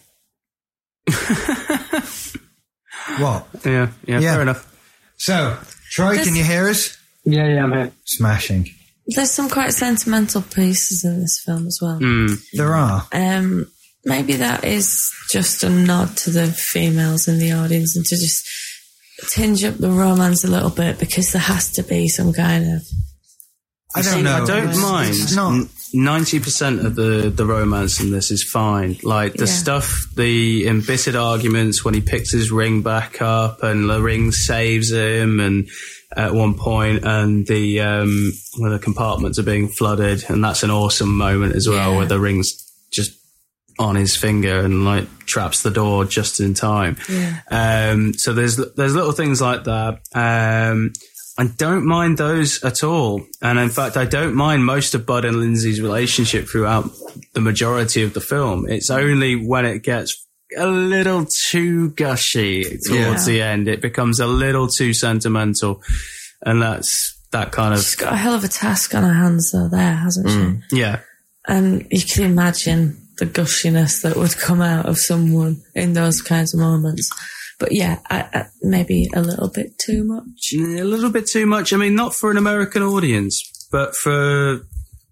What?
yeah, yeah,
Yeah.
fair enough.
So, Troy, can
This-
you hear us?
Yeah, yeah, I'm here.
Smashing.
There's some quite sentimental pieces in this film as well.
There are.
Um, maybe that is just a nod to the females in the audience and to just tinge up the romance a little bit because there has to be some kind of
I don't know.
I don't
It's-
mind.
It's not.
Ninety percent of the the romance in this is fine. Like the
Yeah.
stuff, the embittered arguments when he picks his ring back up and the ring saves him, and at one point, and the um, where the compartments are being flooded, and that's an awesome moment as well,
Yeah.
where the ring's just on his finger and like traps the door just in time.
Yeah.
Um, so there's there's little things like that. Um, I don't mind those at all, and in fact, I don't mind most of Bud and Lindsay's relationship throughout the majority of the film. It's only when it gets a little too gushy
Yeah.
towards the end, it becomes a little too sentimental, and that's that kind
She's
of
got a hell of a task on her hands, though, there, hasn't
Mm.
she?
yeah.
And you can imagine the gushiness that would come out of someone in those kinds of moments. But yeah, I, I, maybe a little bit too much.
a little bit too much. I mean, not for an American audience, but for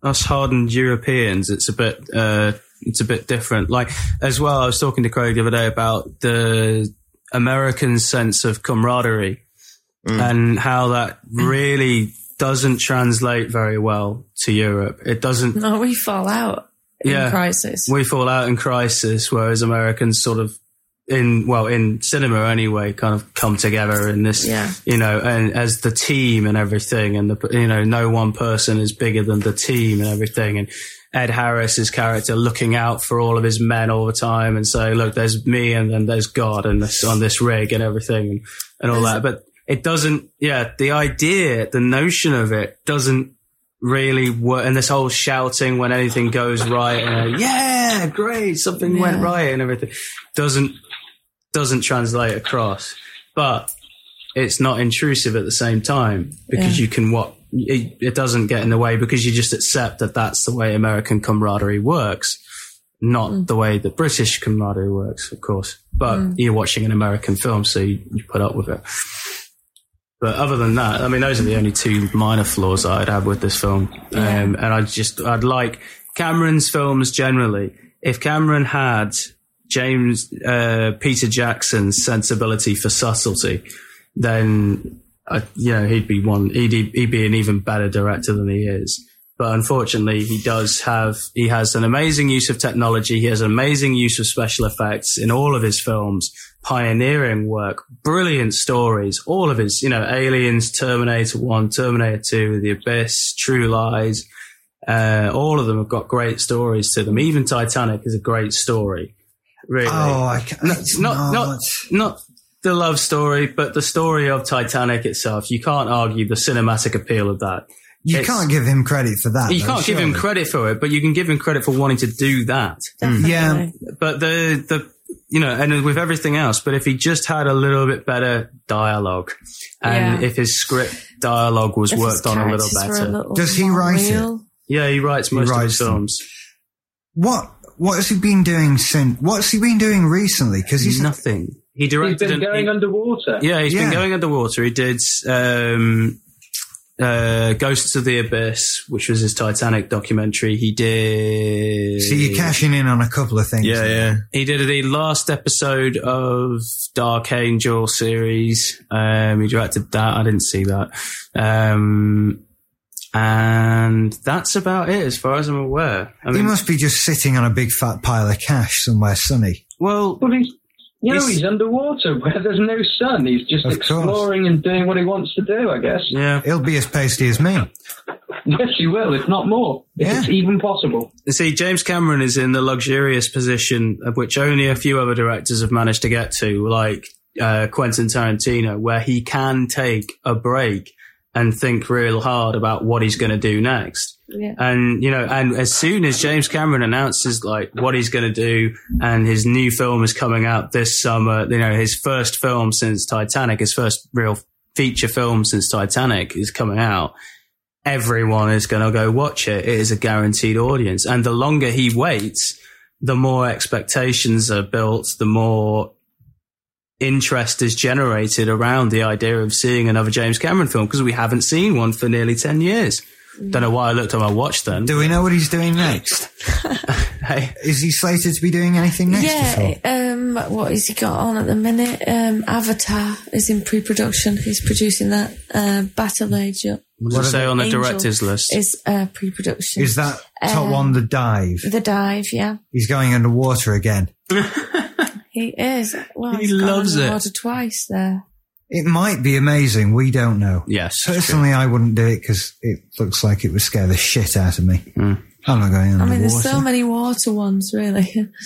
us hardened Europeans, it's a bit uh, it's a bit different. Like as well, I was talking to Craig the other day about the American sense of camaraderie and how that really doesn't translate very well to Europe. It doesn't
No, we fall out in
Yeah.
crisis.
we fall out in crisis, whereas Americans sort of in well in cinema anyway kind of come together in this
Yeah.
Mm.
you know and as the team and everything and the you know no one person is bigger than the team and everything and Ed Harris's character looking out for all of his men all the time and say look there's me and then there's God and this on this rig and everything and, and all that but it doesn't yeah the idea the notion of it doesn't really work. And this whole shouting when anything goes right, and uh, yeah, great, something went
Yeah.
right, and everything doesn't doesn't translate across. But it's not intrusive at the same time because
Yeah.
you can what it, it doesn't get in the way because you just accept that that's the way American camaraderie works. Not the way that British camaraderie works, of course, but you're watching an American film, so you, you put up with it. But other than that, I mean, those are the only two minor flaws that I'd have with this film. Um, and I just, I'd like Cameron's films generally. If Cameron had James, uh, Peter Jackson's sensibility for subtlety, then, I, you know, he'd be one, he'd, he'd be an even better director than he is. But unfortunately, he does have, he has an amazing use of technology. He has an amazing use of special effects in all of his films, pioneering work, brilliant stories, all of his, you know, Aliens, Terminator 1, Terminator 2, The Abyss, True Lies. Uh, all of them have got great stories to them. Even Titanic is a great story. Really
Oh, I can't. it's
not not
not-
not the love story, but the story of Titanic itself. You can't argue the cinematic appeal of that.
You
it's-
can't give him credit for that.
You
though,
can't give him
Ah, surely.
credit for it, but you can give him credit for wanting to do that.
Yeah,
But the the you know, and with everything else, but if he just had a little bit better dialogue, and
Yeah.
if his script dialogue was
If his
worked on a little
characters were
better,
a little
Does he
more
write it?
real.
yeah, he writes most of
writes
his
them.
films.
what what has he been doing since? What's he been doing recently? Because he's
Nothing. He directed.
He's been
an-
going
he-
underwater.
Yeah, he's
Yeah.
been going underwater. He did um, uh, Ghosts of the Abyss, which was his Titanic documentary. He did.
so you're cashing in on a couple of things.
Yeah, yeah.
He did the last episode of Dark Angel series. Um, he directed that. I didn't see that. Um, and that's about it, as far as I'm aware. I
he
mean,
must be just sitting on a big fat pile of cash somewhere sunny.
well,
Well, he's, no,
He's-
he's, underwater where there's no sun. He's just
Of course.
exploring and doing what he wants to do, I guess.
yeah.
He'll be as pasty as me.
Yes, you will, if not more, if
Yeah.
it's even possible.
See, James Cameron is in the luxurious position of which only a few other directors have managed to get to, like uh, Quentin Tarantino, where he can take a break and think real hard about what he's going to do next.
Yeah.
And you know, and as soon as James Cameron announces like what he's going to do and his new film is coming out this summer, you know, his first film since Titanic, his first real feature film since Titanic is coming out. Everyone is going to go watch it. It is a guaranteed audience. And the longer he waits, the more expectations are built, the more interest is generated around the idea of seeing another James Cameron film because we haven't seen one for nearly 10 years. Don't know why I looked at my watch then.
Do we know what he's doing next?
Hey,
Is he slated to be doing anything next? at all?
Yeah, um, um, what has he got on at the minute? Um, Avatar is in pre-production. He's producing that. Uh, Battle Angel
What does it say on the
Angel
directors list?
is uh, pre-production.
Is that top
Um,
one the dive?
the dive? Yeah,
He's going underwater again.
he is. Well,
He
he's gone
loves it.
underwater twice there.
It might be amazing. We don't know.
Yes.
Personally, I wouldn't do it because it looks like it would scare the shit out of me. I'm not going
I
underwater.
mean, there's so many water ones, really.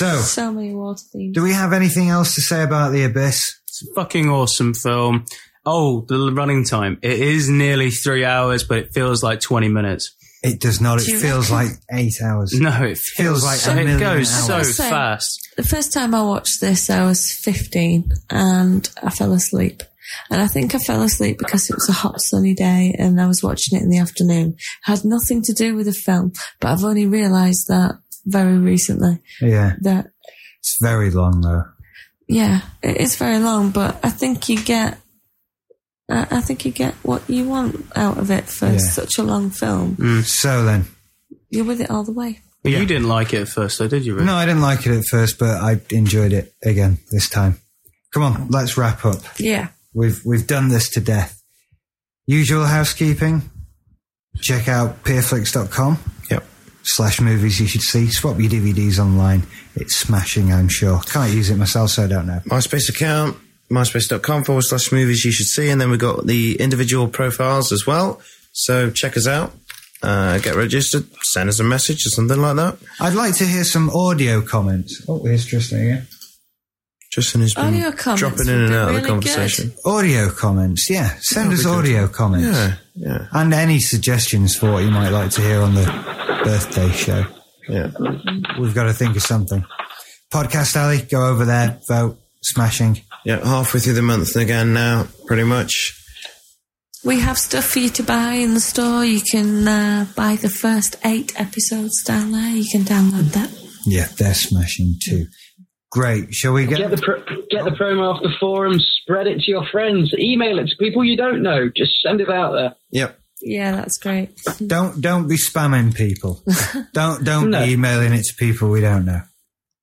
Oh.
so,
so many water themes.
do we have anything else to say about the abyss?
It's a fucking awesome film. Oh, the l- running time. It is nearly three hours, but it feels like 20 minutes.
It does not.
Do
It
you
feels like eight hours.
No, it feels,
Feels like
so,
a
it
million
goes so
hours.
fast.
the first time I watched this, I was 15 and I fell asleep. And I think I fell asleep because it was a hot sunny day and I was watching it in the afternoon. Had nothing to do with the film, but I've only realised that very recently
Yeah,
that
it's very long though.
yeah, it is very long, but I think you get, I I think you get what you want out of it for
Yeah. Mm.
such a long film.
So then,
You're with it all the way.
But You didn't like it at first, though, did you? Rick?
no, I didn't like it at first, but I enjoyed it again this time. Come on, let's wrap up.
Yeah.
We've we've done this to death. Usual housekeeping. Check out peerflix.com.
Yep.
Slash movies you should see. Swap your DVDs online. It's smashing, I'm sure. Can't use it myself, so I don't know.
MySpace account, myspace.com forward slash movies you should see. And then we've got the individual profiles as well. So check us out, uh, get registered, send us a message or something like that.
I'd like to hear some audio comments. Oh, here's Tristan again.
Justin has been
Audio comments
dropping in and
would be
out of
really
the conversation.
Audio comments, yeah. Send us audio comments.
Yeah, yeah,
And any suggestions for what you might like to hear on the birthday show.
yeah.
We've got to think of something. Podcast Alley, go over there, vote, smashing.
Yeah, halfway through the month again now, pretty much.
We have stuff for you to buy in the store. You can uh, buy the first eight episodes down there. You can download that.
Yeah, they're smashing too. Great. Shall we
Get the pro- get the promo off the forum. Spread it to your friends. Email it to people you don't know. Just send it out there.
Yep.
Yeah, that's great.
Don't don't be spamming people. don't don't
No.
be emailing it to people we don't know.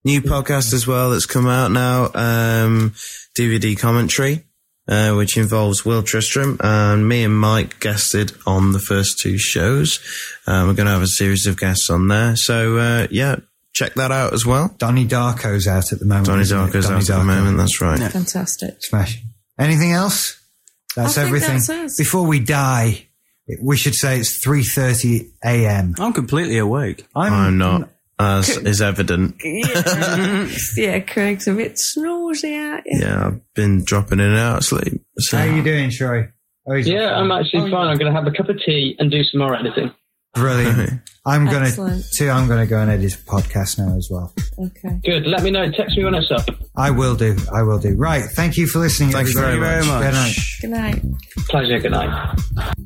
New podcast as well that's come out now, um, DVD commentary, uh, which involves Will Tristram and me and Mike guested on the first two shows. Um, we're going to have a series of guests on there. So, uh, yeah, check that out as well.
Donnie Darko's out at the moment.
Donnie
isn't it?
Darko's
Donnie
out at the
Darko.
moment. That's right.
Fantastic.
Smash. Anything else? That's
I think
everything.
that's us.
Before we die, we should say it's three thirty a.m.
I'm completely awake.
I'm not, as is evident.
Yeah, yeah Craig's a bit snorzy at you.
Yeah, I've been dropping in and out of sleep. So,
How you doing, Troy? Oh, he's
Yeah, I'm actually fine. I'm going to have a cup of tea and do some more editing.
brilliant. I'm gonna
Excellent.
too. I'm gonna go and edit a podcast now as well.
Okay.
Good. Let me know. Text me when it's up.
I will do. I will do. Right. Thank you for listening.
Thank you
everybody.
very much.
Good night.
Good night.
Pleasure. Good night.